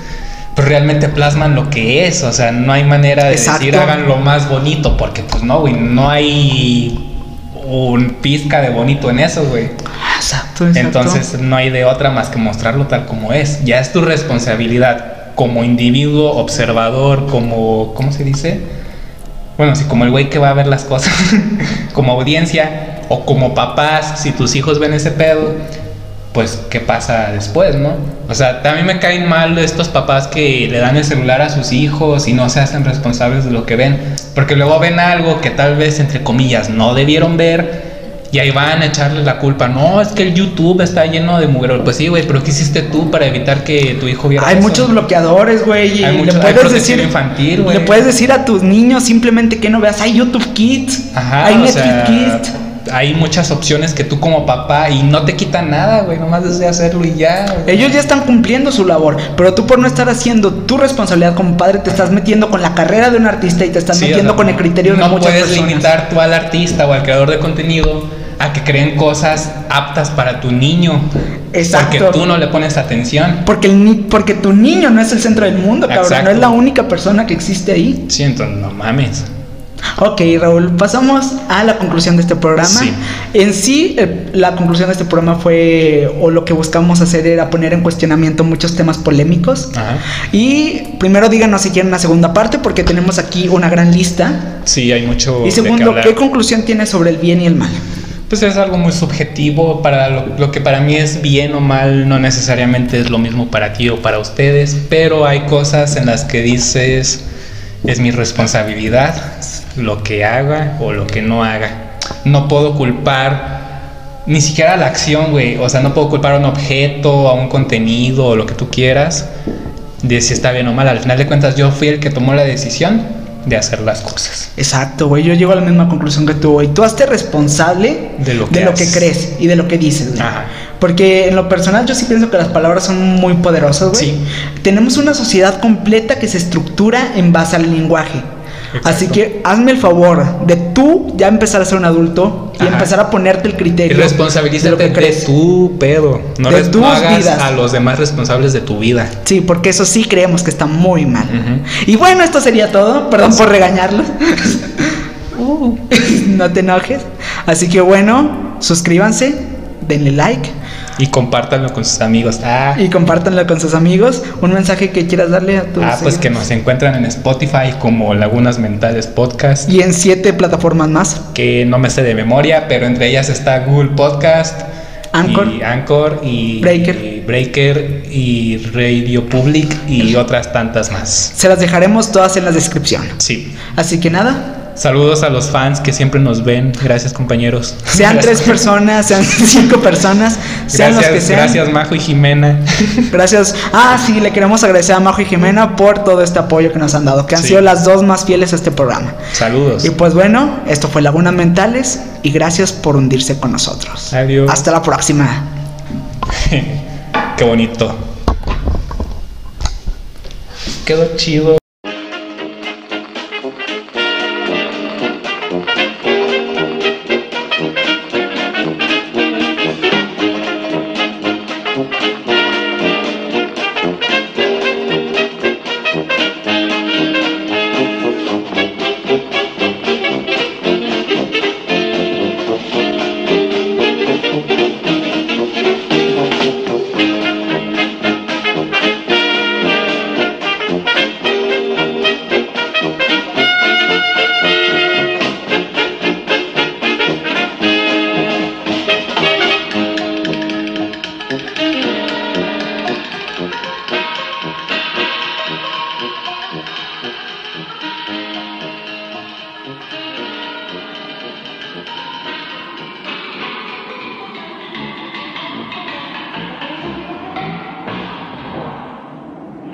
Speaker 3: pues realmente plasman lo que es, o sea, no hay manera de decir
Speaker 1: Exacto.
Speaker 3: hagan lo más bonito, porque pues no, güey, no hay un pizca de bonito en eso, güey.
Speaker 1: Exacto, exacto.
Speaker 3: Entonces no hay de otra más que mostrarlo tal como es. Ya es tu responsabilidad como individuo, observador, como, ¿cómo se dice? Bueno, sí, como el güey que va a ver las cosas, como audiencia, o como papás, si tus hijos ven ese pedo, pues qué pasa después, ¿no? O sea, también me caen mal estos papás que le dan el celular a sus hijos y no se hacen responsables de lo que ven, porque luego ven algo que tal vez, entre comillas, no debieron ver. Y ahí van a echarle la culpa. No, es que el YouTube está lleno de mugrero. Pues sí, güey, pero ¿qué hiciste tú para evitar que tu hijo viera
Speaker 1: Hay
Speaker 3: eso?
Speaker 1: muchos bloqueadores, güey. y
Speaker 3: Hay mucho- hay
Speaker 1: le puedes
Speaker 3: protección
Speaker 1: decir
Speaker 3: infantil, güey.
Speaker 1: Le puedes decir a tus niños simplemente que no veas. Hay YouTube Kids.
Speaker 3: Ajá,
Speaker 1: hay
Speaker 3: o
Speaker 1: Netflix
Speaker 3: sea,
Speaker 1: Kids.
Speaker 3: Hay muchas opciones que tú como papá y no te quitan nada, güey, nomás desde hacerlo y ya. güey.
Speaker 1: Ellos ya están cumpliendo su labor, pero tú por no estar haciendo tu responsabilidad como padre te estás metiendo con la carrera de un artista y te estás
Speaker 3: Sí, o
Speaker 1: metiendo
Speaker 3: sea,
Speaker 1: con el criterio de
Speaker 3: No
Speaker 1: muchas
Speaker 3: puedes
Speaker 1: personas.
Speaker 3: limitar tú al artista o al creador de contenido a que creen cosas aptas para tu niño.
Speaker 1: Exacto.
Speaker 3: Porque tú no le pones atención.
Speaker 1: Porque, el ni- porque tu niño no es el centro del mundo, cabrón,
Speaker 3: Exacto.
Speaker 1: no es la única persona que existe ahí.
Speaker 3: Sí, entonces no mames.
Speaker 1: Ok, Raúl, pasamos a la conclusión de este programa.
Speaker 3: Sí.
Speaker 1: En sí, el- la conclusión de este programa fue, o lo que buscamos hacer era poner en cuestionamiento muchos temas polémicos.
Speaker 3: Ajá.
Speaker 1: Y primero díganos si quieren una segunda parte, porque tenemos aquí una gran lista.
Speaker 3: Sí, hay mucho.
Speaker 1: Y
Speaker 3: de qué
Speaker 1: segundo,
Speaker 3: hablar.
Speaker 1: ¿qué conclusión tienes sobre el bien y el mal?
Speaker 3: Pues es algo muy subjetivo, para lo, lo que para mí es bien o mal no necesariamente es lo mismo para ti o para ustedes, pero hay cosas en las que dices es mi responsabilidad lo que haga o lo que no haga. No puedo culpar ni siquiera la acción, güey, o sea, no puedo culpar a un objeto, a un contenido o lo que tú quieras de si está bien o mal. Al final de cuentas yo fui el que tomó la decisión de hacer las cosas.
Speaker 1: Exacto, güey. Yo llego a la misma conclusión que tú, güey. Tú hazte responsable
Speaker 3: De lo que haces.
Speaker 1: crees y de lo que dices, güey.
Speaker 3: Ajá.
Speaker 1: Porque en lo personal yo sí pienso que las palabras son muy poderosas, güey.
Speaker 3: Sí.
Speaker 1: Tenemos una sociedad completa que se estructura en base al lenguaje. Así
Speaker 3: Exacto.
Speaker 1: que hazme el favor de tú ya empezar a ser un adulto y
Speaker 3: Ajá.
Speaker 1: empezar a ponerte el
Speaker 3: Y
Speaker 1: criterio. de
Speaker 3: responsabilízate
Speaker 1: lo que
Speaker 3: de,
Speaker 1: crees.
Speaker 3: tu pedo. No,
Speaker 1: De
Speaker 3: res-
Speaker 1: tus
Speaker 3: no hagas
Speaker 1: vidas.
Speaker 3: a los demás responsables de tu vida.
Speaker 1: Sí, porque eso sí creemos que está muy mal.
Speaker 3: Ujú.
Speaker 1: Y bueno, esto sería todo. Perdón por regañarlos.
Speaker 3: Uh.
Speaker 1: no te enojes. Así que bueno, suscríbanse, denle like
Speaker 3: Y compártanlo con sus amigos. Ah,
Speaker 1: y compártanlo con sus amigos. Un mensaje que quieras darle a tus
Speaker 3: ah, pues que
Speaker 1: seguidores.
Speaker 3: nos encuentran en Spotify como Lagunas Mentales Podcast.
Speaker 1: Y en siete plataformas más.
Speaker 3: Que no me sé de memoria, pero entre ellas está Google Podcast.
Speaker 1: Anchor.
Speaker 3: Y Anchor y
Speaker 1: Breaker.
Speaker 3: y Breaker y Radio Public y otras tantas más.
Speaker 1: Se las dejaremos todas en la descripción.
Speaker 3: Sí.
Speaker 1: Así que nada,
Speaker 3: Saludos a los fans que siempre nos ven. Gracias, compañeros.
Speaker 1: sean
Speaker 3: Gracias.
Speaker 1: tres personas, sean cinco personas, sean los que
Speaker 3: Gracias,
Speaker 1: sean.
Speaker 3: gracias Majo y Jimena.
Speaker 1: Gracias. Ah, sí, le queremos agradecer a Majo y Jimena por todo este apoyo que nos han dado, que han
Speaker 3: Sí.
Speaker 1: sido las dos más fieles a este programa.
Speaker 3: Saludos.
Speaker 1: Y pues bueno, esto fue Lagunas Mentales y gracias por hundirse con nosotros.
Speaker 3: Adiós.
Speaker 1: Hasta la próxima.
Speaker 3: Qué bonito. Quedó chido.